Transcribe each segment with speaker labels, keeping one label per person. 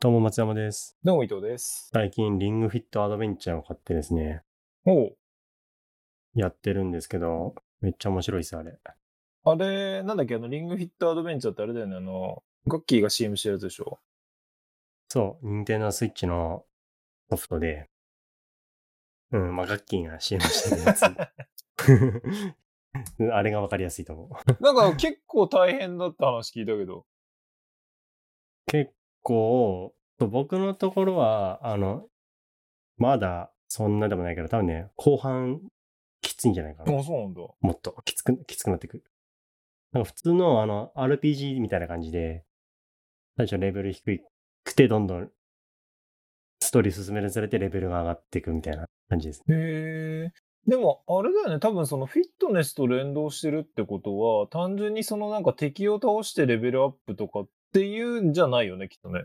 Speaker 1: どうも松山です。
Speaker 2: どうも伊藤です。
Speaker 1: 最近リングフィットアドベンチャーを買ってですね、
Speaker 2: おう
Speaker 1: やってるんですけど、めっちゃ面白いです、あれ。
Speaker 2: あれ、なんだっけ、あの、リングフィットアドベンチャーってあれだよね、あの、ガッキーが CM してるやつでし ょ。
Speaker 1: そう、ニンテンドースイッチのソフトで、うん、まあ、ガッキーが CM してるやつ。 あれがわかりやすいと思う。
Speaker 2: なんか結構大変だった話聞いたけど。
Speaker 1: 結構、そう僕のところは、あの、まだそんなでもないけど、多分ね、後半きついんじゃないかな。
Speaker 2: あ、そうなんだ。
Speaker 1: もっときつく、きつくなってくる。なんか普通のあの RPG みたいな感じで、最初レベル低くてどんどんストーリー進めるにつれてレベルが上がっていくみたいな感じですね。
Speaker 2: へえ。でも、あれだよね、多分そのフィットネスと連動してるってことは、単純にそのなんか敵を倒してレベルアップとかっていうんじゃないよね、きっとね。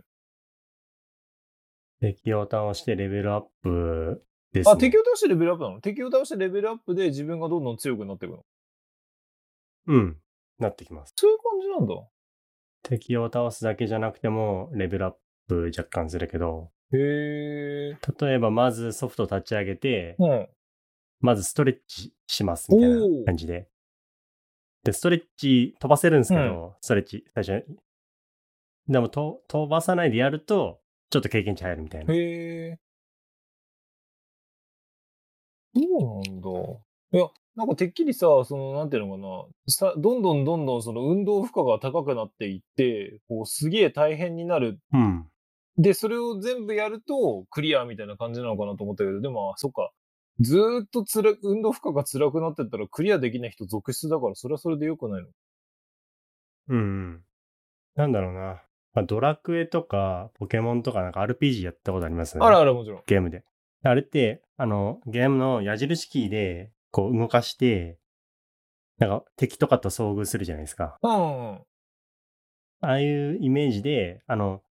Speaker 1: 敵を倒してレベルアップです、ね。
Speaker 2: あ、敵を倒してレベルアップなの敵を倒してレベルアップで自分がどんどん強くなっていくの。
Speaker 1: うん。なってきます。
Speaker 2: そういう感じなんだ。
Speaker 1: 敵を倒すだけじゃなくてもレベルアップ若干するけど、
Speaker 2: へえ。
Speaker 1: 例えばまずソフト立ち上げて、
Speaker 2: うん。
Speaker 1: まずストレッチしますみたいな感じで。で、ストレッチ飛ばせるんですけど、
Speaker 2: う
Speaker 1: ストレッチ、最初に。でもと、飛ばさないでやると、ちょっと経験値入るみたいな。
Speaker 2: へえ。そうなんだ。いや、なんかてっきりさ、その、なんていうのかな、さどんどんどんどんその運動負荷が高くなっていって、こう、すげえ大変になる。
Speaker 1: うん。
Speaker 2: で、それを全部やるとクリアみたいな感じなのかなと思ったけど、でも、あそっか。ずーっとつら、運動負荷が辛くなってったらクリアできない人続出だから、それはそれで良くないの。
Speaker 1: うん、うん。なんだろうな。まあ、ドラクエとか、ポケモンとか、なんか RPG やったことありますよね。
Speaker 2: あらあら、もちろん。
Speaker 1: ゲームで。あれって、あの、ゲームの矢印キーで、こう動かして、なんか敵とかと遭遇するじゃないですか。
Speaker 2: うんうん。
Speaker 1: ああいうイメージで、あの、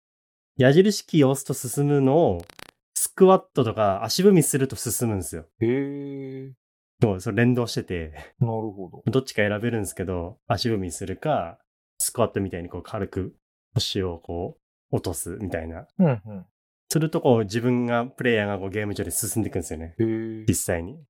Speaker 1: 矢印キーを押すと進むのを、スクワットとか足踏みすると進むんですよ。
Speaker 2: へえ。
Speaker 1: でもそれ連動してて、
Speaker 2: なるほど。
Speaker 1: どっちか選べるんですけど、足踏みするか、スクワットみたいにこう軽く腰をこう落とすみたいな。
Speaker 2: うんうん。
Speaker 1: するとこう自分が、プレイヤーがこうゲーム上で進んでいくんですよね。
Speaker 2: へえ。
Speaker 1: 実際に。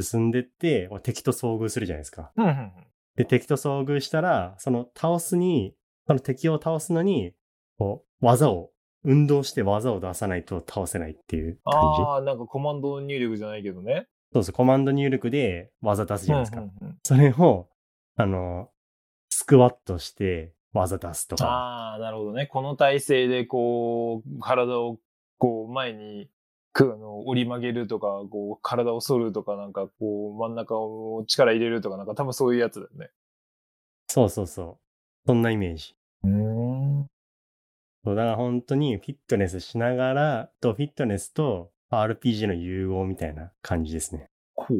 Speaker 1: 進んでって、こう敵と遭遇するじゃないですか。
Speaker 2: うんうんうん。
Speaker 1: で、敵と遭遇したら、その倒すに、その敵を倒すのに、こう、技を、運動して技を出さないと倒せないっていう感じ。
Speaker 2: ああ、なんかコマンド入力じゃないけどね。
Speaker 1: そうそう、コマンド入力で技出すじゃないですか。
Speaker 2: うんうんうん
Speaker 1: それを、あの、スクワットして技出すとか。
Speaker 2: ああ、なるほどね。この体勢でこう、体をこう前にくあの折り曲げるとか、こう体を反るとか、なんかこう真ん中を力入れるとか、なんか多分そういうやつだよね。
Speaker 1: そうそうそう。そんなイメージ。
Speaker 2: うん。
Speaker 1: そうだから本当にフィットネスしながら、とフィットネスと RPG の融合みたいな感じですね。
Speaker 2: こう。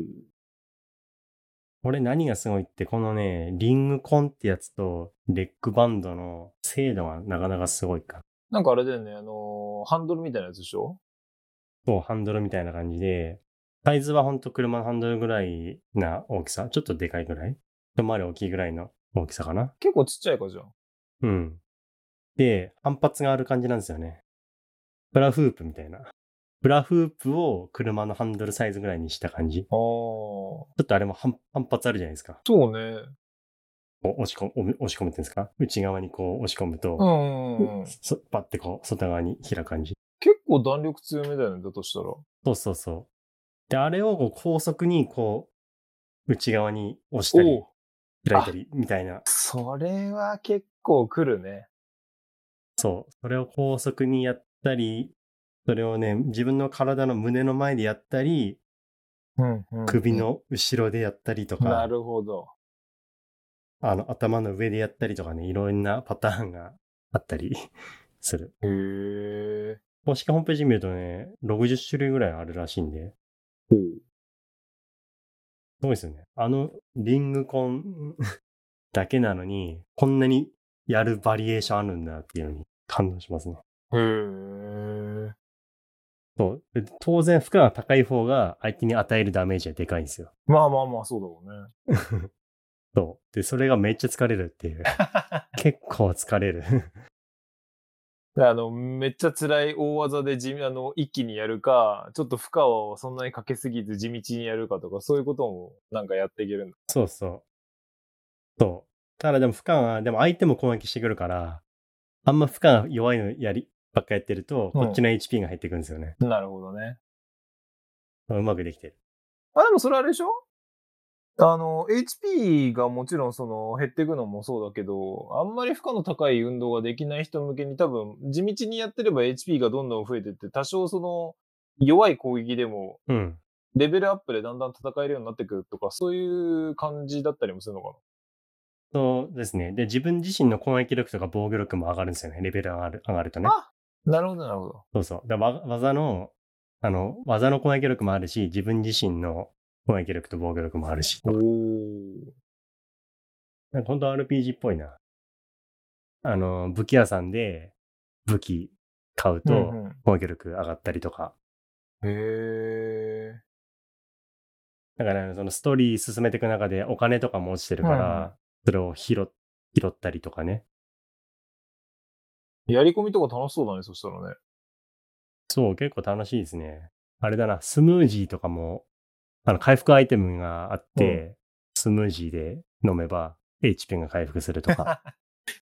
Speaker 1: これ何がすごいって、このね、リングコンってやつと、レッグバンドの精度がなかなかすごいか。
Speaker 2: なんかあれだよね、あのーハンドルみたいなやつでしょ
Speaker 1: そう、ハンドルみたいな感じで、サイズはほんと車のハンドルぐらいな大きさ。ちょっとでかいぐらい一回り大きいぐらいの大きさかな。
Speaker 2: 結構ちっちゃいかじゃん。
Speaker 1: うん。で、反発がある感じなんですよね。フラフープみたいな。フラフープを車のハンドルサイズぐらいにした感じ。ち
Speaker 2: ああ、
Speaker 1: ょっとあれも反反発あるじゃないですか。
Speaker 2: そうね。
Speaker 1: こう押し込む、押し込むっていうんですか内側にこう押し込むと、
Speaker 2: うんうんうん。
Speaker 1: そバッてこう、外側に開く感じ。
Speaker 2: 結構弾力強めだよね、だとしたら。
Speaker 1: そうそうそう。で、あれをこう高速にこう、内側に押したり、
Speaker 2: う。
Speaker 1: 開いたり、みたいな。
Speaker 2: それは結構来るね。
Speaker 1: そう。それを高速にやったり、それをね、自分の体の胸の前でやったり、
Speaker 2: うんうんうん
Speaker 1: 首の後ろでやったりと
Speaker 2: な
Speaker 1: か、
Speaker 2: るほど。
Speaker 1: あの、頭の上でやったりとかね、いろんなパターンがあったりする。
Speaker 2: へえ。
Speaker 1: 公式ホームページ見るとね、60種類ぐらいあるらしいんで、
Speaker 2: ほう。
Speaker 1: すごいですよね。あの、リングコン だけなのに、こんなにやるバリエーションあるんだっていうのに感動しますね。
Speaker 2: へえ。
Speaker 1: そう。で当然、負荷が高い方が相手に与えるダメージはでかいんですよ。
Speaker 2: まあまあまあ、そうだろうね。
Speaker 1: そう。で、それがめっちゃ疲れるっていう。結構疲れる。
Speaker 2: であの、めっちゃ辛い大技で地味あの一気にやるか、ちょっと負荷をそんなにかけすぎず地道にやるかとか、そういうこともなんかやっていけるんだ。
Speaker 1: そうそう。そう。ただでも負荷は、でも相手も攻撃してくるから、あんま負荷が弱いのやり、ばっかやってると、
Speaker 2: うん
Speaker 1: こっちの HP が減ってくるんですよね。
Speaker 2: なるほどね。
Speaker 1: うまくできてる。
Speaker 2: あ、でもそれあれでしょあの、HP がもちろんその減っていくのもそうだけど、あんまり負荷の高い運動ができない人向けに多分、地道にやってれば HP がどんどん増えてって、多少その、弱い攻撃でも、
Speaker 1: うん。
Speaker 2: レベルアップでだんだん戦えるようになってくるとか、そういう感じだったりもするのか
Speaker 1: そうですね。で、自分自身の攻撃力とか防御力も上がるんですよね。レベル上がる上がるとね
Speaker 2: な。。あなるほど、なるほど。
Speaker 1: そうそう。だわ技の、あの、技の攻撃力もあるし、自分自身の攻撃力と防御力もあるし。
Speaker 2: お
Speaker 1: なんか本当 RPG っぽいな。あの、武器屋さんで武器買う
Speaker 2: うん
Speaker 1: と
Speaker 2: うん
Speaker 1: 攻撃力上がったりとか。
Speaker 2: へえ。
Speaker 1: だから、そのストーリー進めていく中でお金とかも落ちてるから、
Speaker 2: うんうん
Speaker 1: それを拾っ拾ったりとかね。
Speaker 2: やり込みとか楽しそうだね、そしたらね。
Speaker 1: そう、結構楽しいですね。あれだな、スムージーとかも、あの、回復アイテムがあって、スムージーで飲めば HP が回復すると か。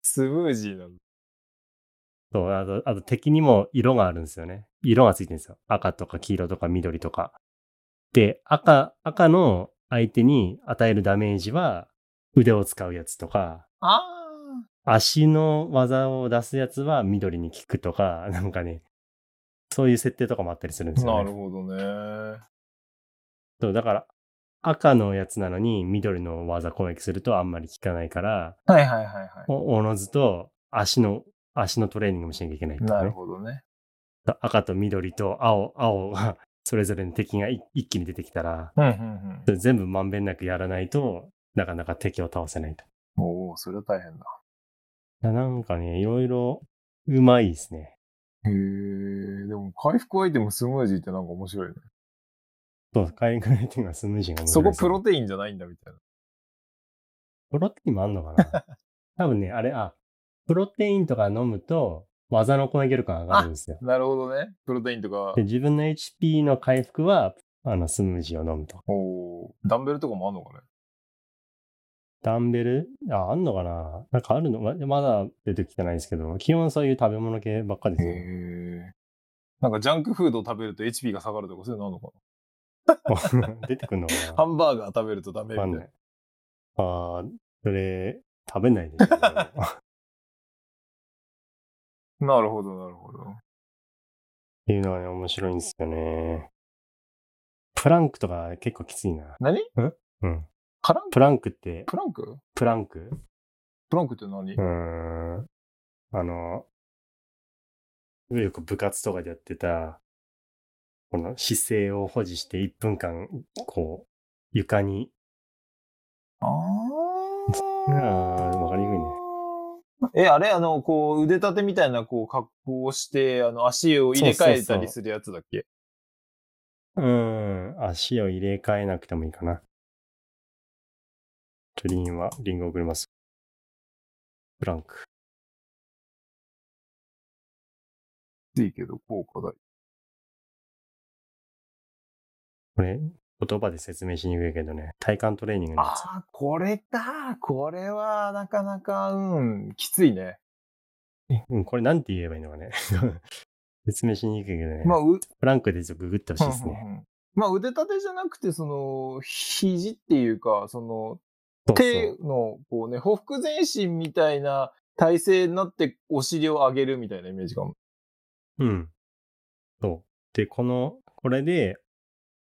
Speaker 2: スムージーなんだ。
Speaker 1: そう、あと、あと敵にも色があるんですよね。色がついてるんですよ。赤とか黄色とか緑とか。で、赤、赤の相手に与えるダメージは、腕を使うやつとか、
Speaker 2: あ
Speaker 1: 足の技を出すやつは緑に効くとか、なんかね、そういう設定とかもあったりするんで
Speaker 2: あ。
Speaker 1: すよ、ね。
Speaker 2: なるほどね。
Speaker 1: そう、だから、赤のやつなのに緑の技攻撃するとあんまり効かないから、
Speaker 2: はいはいはいは
Speaker 1: おおのずと足の、足のトレーニングもしなきゃいけないって
Speaker 2: い。
Speaker 1: いうね
Speaker 2: なるほどね。
Speaker 1: 赤と緑と青、青が それぞれの敵がい一気に出てきたら、
Speaker 2: うんうん
Speaker 1: それ全部まんべんなくやらないとなかなか敵を倒せないと。
Speaker 2: うん。おお、それは大変だ。
Speaker 1: いやなんかね、いろいろうまいですね。
Speaker 2: へえ、でも回復アイテムスムージーってなんか面白いね。
Speaker 1: そう、海外相手がスムージーが面白
Speaker 2: そ
Speaker 1: いで
Speaker 2: こ
Speaker 1: す
Speaker 2: プロテインじゃないんだみたいな。
Speaker 1: プロテインもあんのか な多分ね、あれ、あ、プロテインとか飲むと技の攻撃力が上がるんですよ。
Speaker 2: なるほどね。プロテインとか
Speaker 1: で、。自分の HP の回復は、あの、スムージーを飲むと。
Speaker 2: おお、ダンベルとかもあんのかね。
Speaker 1: ダンベルあ、あんのかななんかあるのままだ出てきてないですけど、基本そういう食べ物系ばっかですよ。
Speaker 2: へえ。なんかジャンクフードを食べると HP が下がるとかそういうのあるのか
Speaker 1: 出てくんのか
Speaker 2: なハ
Speaker 1: な
Speaker 2: ンバーガー 食べるとダメみ
Speaker 1: わ
Speaker 2: た
Speaker 1: か
Speaker 2: い
Speaker 1: ん
Speaker 2: な
Speaker 1: な。い。あーそれ、食べないでしょ。でも
Speaker 2: なるほど、なるほど。
Speaker 1: っていうのはね、面白いんですよね。プランクとか結構きついな。
Speaker 2: 何
Speaker 1: うん。
Speaker 2: カランク
Speaker 1: プランクって、
Speaker 2: プランク
Speaker 1: プランク
Speaker 2: プランクって何、
Speaker 1: うーん。あの、よく部活とかでやってた、この姿勢を保持して1分間、こう、床に、
Speaker 2: あ
Speaker 1: あー
Speaker 2: あ。
Speaker 1: わかりにくいね。
Speaker 2: え、あれあの、こう、腕立てみたいな、こう、格好をして、あの、足を入れ替えたりするやつだっけ
Speaker 1: うーん、足を入れ替えなくてもいいかな。ちょリンは、リンゴ送ります。プランク。
Speaker 2: いいけど、効果だ。
Speaker 1: これ、言葉で説明しにくいけどね、体幹トレーニングのやつ。
Speaker 2: ああ、これだ。これは、なかなか、うん、きついね。
Speaker 1: うん、これなんて言えばいいのかね。 説明しにくいけどね。
Speaker 2: まあ、う、
Speaker 1: プランクでちょっとググってほしいです
Speaker 2: う
Speaker 1: ね。
Speaker 2: んうんうんまあ、腕立てじゃなくて、その、肘っていうか、その、
Speaker 1: そう
Speaker 2: 手
Speaker 1: そう。
Speaker 2: の、こうね、ほふ前進みたいな体勢になって、お尻を上げるみたいなイメージかも。
Speaker 1: うん。そう。で、この、これで、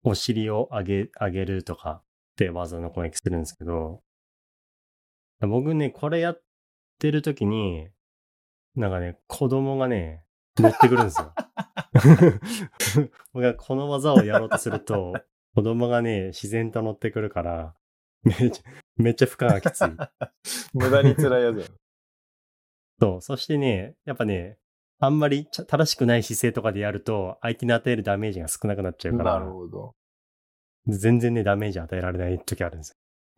Speaker 1: お尻を上げ、上げるとかって技の攻撃するんですけど、僕ね、これやってる時に、なんかね、子供がね、乗ってくるんですよ。僕がこの技をやろうとすると、子供がね、自然と乗ってくるから、めっちゃ、めっちゃ負荷がきつい。
Speaker 2: 無駄に辛 いやつだよ。
Speaker 1: そう。そしてね、やっぱね、あんまりちゃ正しくない姿勢とかでやると、相手に与えるダメージが少なくなっちゃうから
Speaker 2: なる、ほど。
Speaker 1: 全然ね、ダメージ与えられない時 あるんですよ。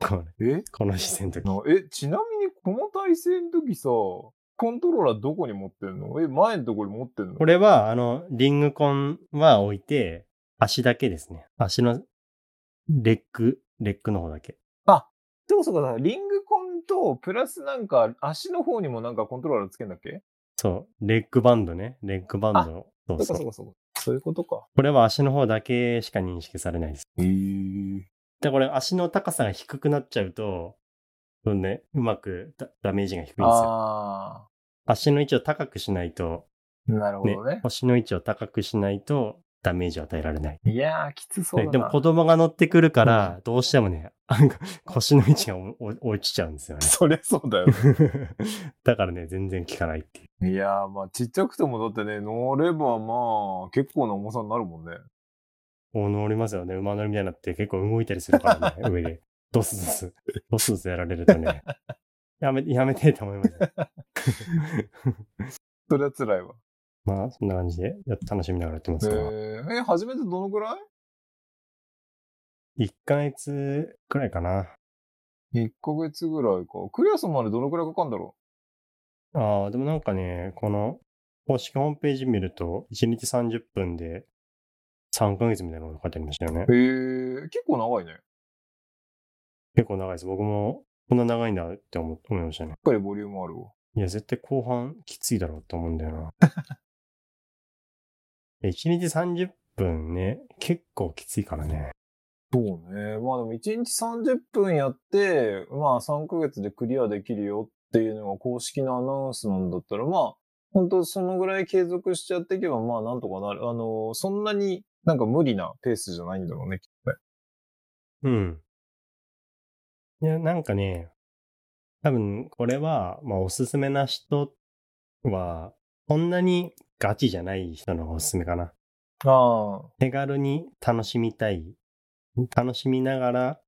Speaker 1: この
Speaker 2: え
Speaker 1: この姿勢の時。
Speaker 2: なえ、ちなみにこの体勢の時さ、コントローラーどこに持ってんのえ、前のところに持ってんの
Speaker 1: これは、あの、リングコンは置いて、足だけですね。足の、レック、レックの方だけ。
Speaker 2: そうそうか、リングコンと、プラスなんか、足の方にもなんかコントローラーつけんだっけ
Speaker 1: そう、レックバンドね。レックバンド。そうそう。
Speaker 2: かそうか。そういうことか。
Speaker 1: これは足の方だけしか認識されないです。
Speaker 2: へえ。
Speaker 1: で、これ足の高さが低くなっちゃうと、そうね、うまくダダメージが低いんですよ。
Speaker 2: あ
Speaker 1: 足の位置を高くしないと、
Speaker 2: あ、なるほ
Speaker 1: ね
Speaker 2: どね。
Speaker 1: 腰の位置を高くしないとダメージを与えられない。
Speaker 2: いやー、きつそうだ
Speaker 1: で
Speaker 2: な。
Speaker 1: でも子供が乗ってくるから、どうしてもね、 なんか腰の位置がおお落ちちゃうん ですよね。
Speaker 2: そりゃそうだよね。
Speaker 1: だからね、全然効かないっていう。
Speaker 2: いやー、まあ、ちっちゃくてもだってね、乗ればまあ、結構な重さになるもんね。
Speaker 1: お乗りますよね。馬乗りみたいになって結構動いたりするから ね、上で。ドスドス、ドスドスやられるとね、やめ、やめてと思います、ね。
Speaker 2: それは辛いわ。
Speaker 1: まあ、そんな感じで、やっ楽しみながらやってますけど。
Speaker 2: えー、え、初めてどのぐらい
Speaker 1: 1ヶ月くらいかな。
Speaker 2: ?1 ヶ月ぐらいか。クリアするまでどのぐらいかかるんだろ
Speaker 1: ああ、でもなんかね、この公式ホームページ見ると、1日30分で3ヶ月みたいなのが書いてありましたよね
Speaker 2: う。。へえ、結構長いね。やっ
Speaker 1: 結構長いです。僕もこんな長いんだって思思いましたね。
Speaker 2: ぱりボリュームあるわ。
Speaker 1: いや、絶対後半きついだろうと思うんだ よな。1日30分ね、結構きついからね。
Speaker 2: そうね。まあでも1日30分やって、まあ3ヶ月でクリアできるよっていうのが公式のアナウンスなんだったら、まあ、本当そのぐらい継続しちゃっていけば、まあなんとかなる。あの、そんなになんか無理なペースじゃないんだろうね、きっとね。
Speaker 1: うん。いや、なんかね、多分これは、まあおすすめな人は、そんなにガチじゃない人の方がおすすめかな。
Speaker 2: ああ、
Speaker 1: 手軽に楽しみたい。楽しみながら、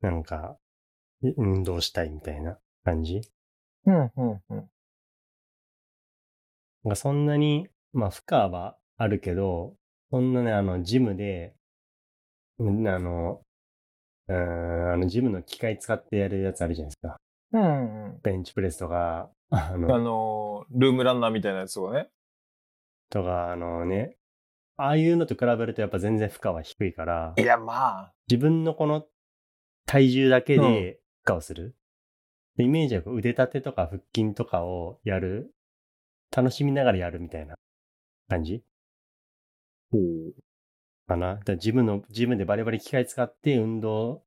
Speaker 1: なんか、い運動したいみたいな感じ。
Speaker 2: うん、うん、うん。
Speaker 1: なんかそんなに、まあ、負荷はあるけど、そんなね、あの、ジムで、うんあの、うーん、あの、ジムの機械使ってやるやつあるじゃないですか。
Speaker 2: うん、うん。
Speaker 1: ベンチプレスとか、あ
Speaker 2: あ
Speaker 1: の、
Speaker 2: の、ルームランナーみたいなやつとかね。
Speaker 1: とか、あのね、ああいうのと比べるとやっぱ全然負荷は低いから
Speaker 2: い、や、まあ、
Speaker 1: 自分のこの体重だけ
Speaker 2: う
Speaker 1: で
Speaker 2: ん
Speaker 1: 負荷をする。でイメージはこう腕立てとか腹筋とかをやる。楽しみながらやるみたいな感じ
Speaker 2: こう。
Speaker 1: かな。だからジムの、ジムでバリバリ機械使って運動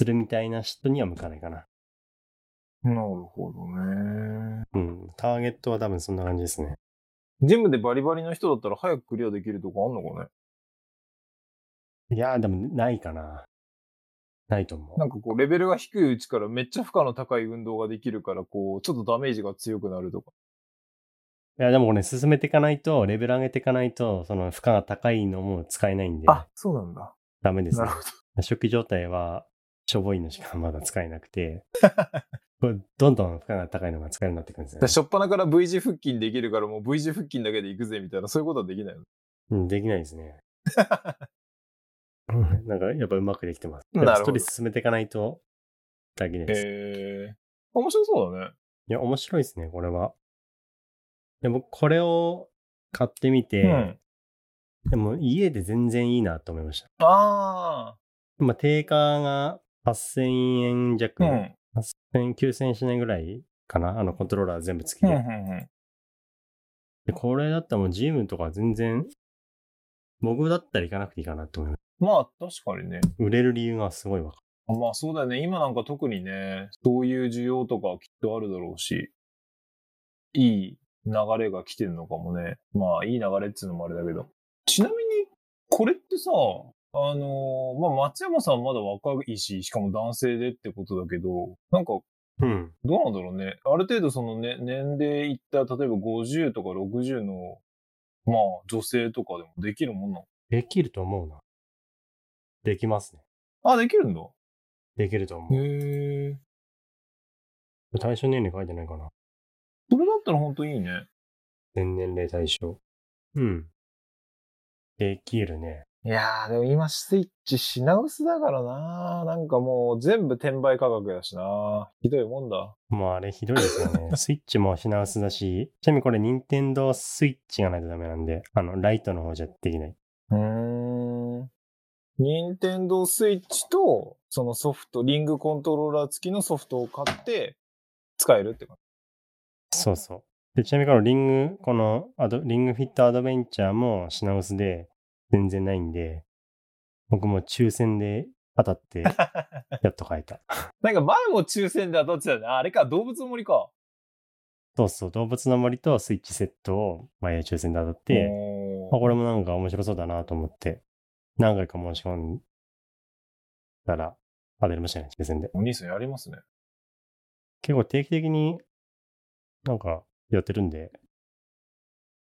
Speaker 1: するみたいな人には向かないかな。
Speaker 2: なるほどね。
Speaker 1: うん。ターゲットは多分そんな感じですね。
Speaker 2: ジムでバリバリの人だったら早くクリアできるとこあんのかね
Speaker 1: いやー、でもないかな。ないと思う
Speaker 2: な。んかこう、レベルが低いうちからめっちゃ負荷の高い運動ができるから、こう、ちょっとダメージが強くなるとか。
Speaker 1: いや、でもこれ進めていかないと、レベル上げていかないと、その負荷が高いのも使えないんで、
Speaker 2: あ、そうなんだ。
Speaker 1: ダメです
Speaker 2: な
Speaker 1: ね
Speaker 2: る。ほ
Speaker 1: 初期状態は、しょぼいのしかまだ使えなくて、これどんどん負荷が高いのが使えるようになってくるんですよ
Speaker 2: ど。
Speaker 1: ね、
Speaker 2: しょっぱなから V 字腹筋できるから、もう V 字腹筋だけでいくぜみたいな、そういうことはできないよね。
Speaker 1: うん、できないです ね。うんなんか、やっぱうまくできてます。
Speaker 2: なるほど
Speaker 1: ストーリー進めていかないと、だけです。
Speaker 2: へえ。面白そうだね。
Speaker 1: いや、面白いですね、これは。でも、これを買ってみて、
Speaker 2: うん。
Speaker 1: でも、家で全然いいなと思いました。
Speaker 2: あ
Speaker 1: まあ、定価が8000円
Speaker 2: あ。
Speaker 1: 弱、
Speaker 2: うん。
Speaker 1: 8000 9000円しないぐらいかな、あの、コントローラー全部付き
Speaker 2: うん。
Speaker 1: で。
Speaker 2: うん。
Speaker 1: で、これだったらもうジムとか全然、僕だったら行かなくていいかなと思います。
Speaker 2: まあ、確かにね。
Speaker 1: 売れる理由がすごいわか
Speaker 2: まあ、そうだよね。今なんか特にね、そういう需要とかきっとあるだろうし、いい流れが来てるのかもね。まあ、いい流れっつうのもあれだけど。ちなみに、これってさ、あのーまあ、松山さんまだ若いし、しかも男性でってことだけど、なんか、
Speaker 1: る。うん。
Speaker 2: どうなんだろうね。ある程度そのね、年齢いった、例えば50とか60の、まあ、女性とかでもできるもんなの
Speaker 1: できると思うな。できますね。
Speaker 2: あ、できるんだ。
Speaker 1: できると思う。
Speaker 2: へえ。
Speaker 1: 対象年齢書いてないかな。
Speaker 2: それだったら本当いいね。
Speaker 1: 全年齢対象。うん。できるね。
Speaker 2: いやー、でも今スイッチ品薄だからななんかもう全部転売価格だしなひどいもんだ。
Speaker 1: もうあれひどいですよね。 スイッチも品薄だし、ちなみにこれ、任天堂スイッチがないとダメなんで、あの、ライトの方じゃできない。
Speaker 2: うーん。任天堂スイッチと、そのソフト、リングコントローラー付きのソフトを買って、使えるって感
Speaker 1: そうそう。で、ちなみにこのリング、このアド、リングフィットアドベンチャーも品薄で全然ないんで、僕も抽選で当た って、やっと買えた。
Speaker 2: じ。なんか前も抽選で当たってたよね。あれか、動物の森か。
Speaker 1: そうそう、動物の森とスイッチセットを前抽選で当たって、
Speaker 2: お
Speaker 1: あ
Speaker 2: ー
Speaker 1: これもなんか面白そうだなと思って、何回か申し込んだら当たりましたね、抽選で。
Speaker 2: お兄さんやりますね。
Speaker 1: 結構定期的になんかやってるんで、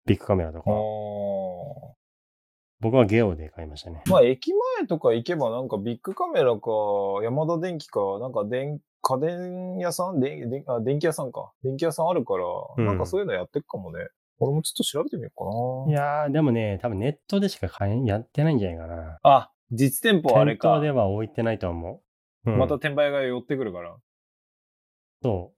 Speaker 1: ビッグカメラとか、
Speaker 2: お
Speaker 1: 僕はゲオで買いましたね。
Speaker 2: まあ、駅前とか行けばなんかビッグカメラか、ヤマダ電機か、なんか電家電屋さん電電あ電気屋さんか。電気屋さんあるから、
Speaker 1: うん
Speaker 2: なんかそういうのやってくかもね。俺もちょっと調べてみよう
Speaker 1: い
Speaker 2: かな。
Speaker 1: やー、でもね、多分ネットでしか買えやってないんじゃないかな。
Speaker 2: あ、実店舗あれか。
Speaker 1: 店頭では置いてないと思う。うん、
Speaker 2: また、転売が寄ってくるから。
Speaker 1: そ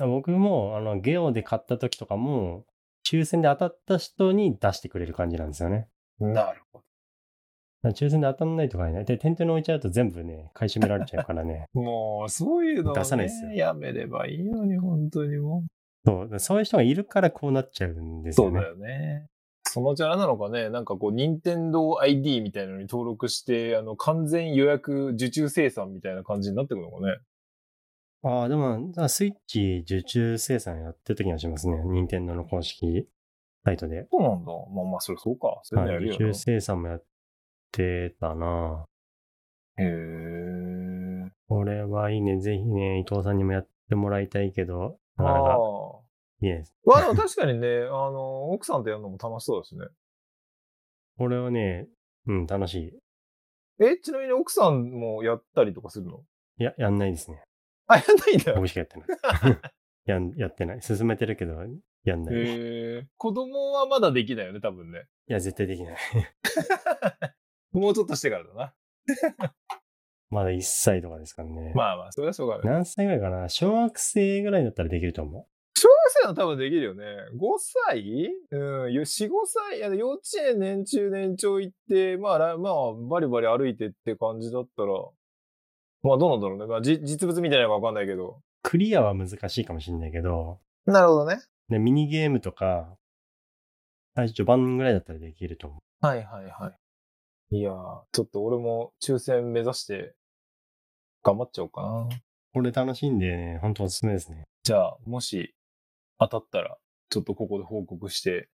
Speaker 1: う。僕も、あの、ゲオで買った時とかも、抽選で当たった人に出してくれる感じなんですよね。
Speaker 2: なるほ
Speaker 1: だから抽選で当たんないとかね。で、店頭に置いちゃうと全部ね、買い占められちゃうから ね。
Speaker 2: ど。もう、そういうのをね
Speaker 1: 出さないっすよ
Speaker 2: やめればいいのに、本当にも
Speaker 1: そう。だからそういう人がいるからこうなっちゃうんで
Speaker 2: う。
Speaker 1: す
Speaker 2: そ
Speaker 1: よ
Speaker 2: う
Speaker 1: ね
Speaker 2: だ。よね。そのうちあれなのかね、なんかこう、任天堂 ID みたいなのに登録して、あの、完全予約受注生産みたいな感じになってくるのかね。
Speaker 1: ああ、でも、だからスイッチ受注生産やってる時にはしますね。任天堂の公式サイトで。
Speaker 2: そうなんだ。まあまあ、それそうか。そういうの
Speaker 1: は
Speaker 2: や
Speaker 1: い、
Speaker 2: るよ
Speaker 1: 受
Speaker 2: な、
Speaker 1: 注生産もやってたな
Speaker 2: へー。
Speaker 1: これはいいね。ぜひね、伊藤さんにもやってもらいたいけど、なかな
Speaker 2: あ
Speaker 1: か
Speaker 2: ー
Speaker 1: いいです。
Speaker 2: まあでも確かにね、 あの、奥さんとやるのも楽しそうですね。
Speaker 1: これはね、うん、楽しい。
Speaker 2: え、ちなみに奥さんもやったりとかするの
Speaker 1: いや、やんない ですね。
Speaker 2: あ、やんないんだよ。
Speaker 1: 僕しかやってない。 やんやってない。進めてるけど、やんない。い
Speaker 2: へー。子供はまだできないよね、多分ね。
Speaker 1: や、絶対できない。
Speaker 2: もうちょっとしてからだな。
Speaker 1: まだ1歳とかですからね。
Speaker 2: まあまあ、それはしょうがない。
Speaker 1: 何歳ぐらいかな小学生ぐらいだったらできると思
Speaker 2: 小学生の多分できるよね。5歳うん、よ4、5歳いや幼稚園年中年長行って、まあ、らまあ、バリバリ歩いてって感じだったら、まあ、どうなんだろうね。まあ、じ実物みたいなのかわかんないけど。
Speaker 1: う。クリアは難しいかもしんないけど、
Speaker 2: なるほどね。
Speaker 1: でミニゲームとか、最初序盤ぐらいだったらできると思う。
Speaker 2: はいはいはい。いやー、ちょっと俺も抽選目指して、頑張っちゃおうかな。
Speaker 1: これ楽しいんでね、ほんとおすすめですね。
Speaker 2: じゃあ、もし当たったら、ちょっとここで報告して、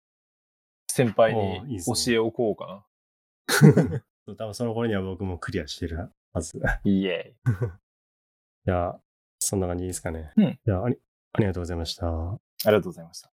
Speaker 2: 先輩
Speaker 1: おーいい
Speaker 2: に
Speaker 1: っすね
Speaker 2: 教えをこうか
Speaker 1: 多分その頃には僕もクリアしてるはず。
Speaker 2: な。イエーイ。
Speaker 1: じゃあ、そんな感じですかね。
Speaker 2: うん。
Speaker 1: じゃあ、ありありがとうございました。
Speaker 2: ありがとうございました。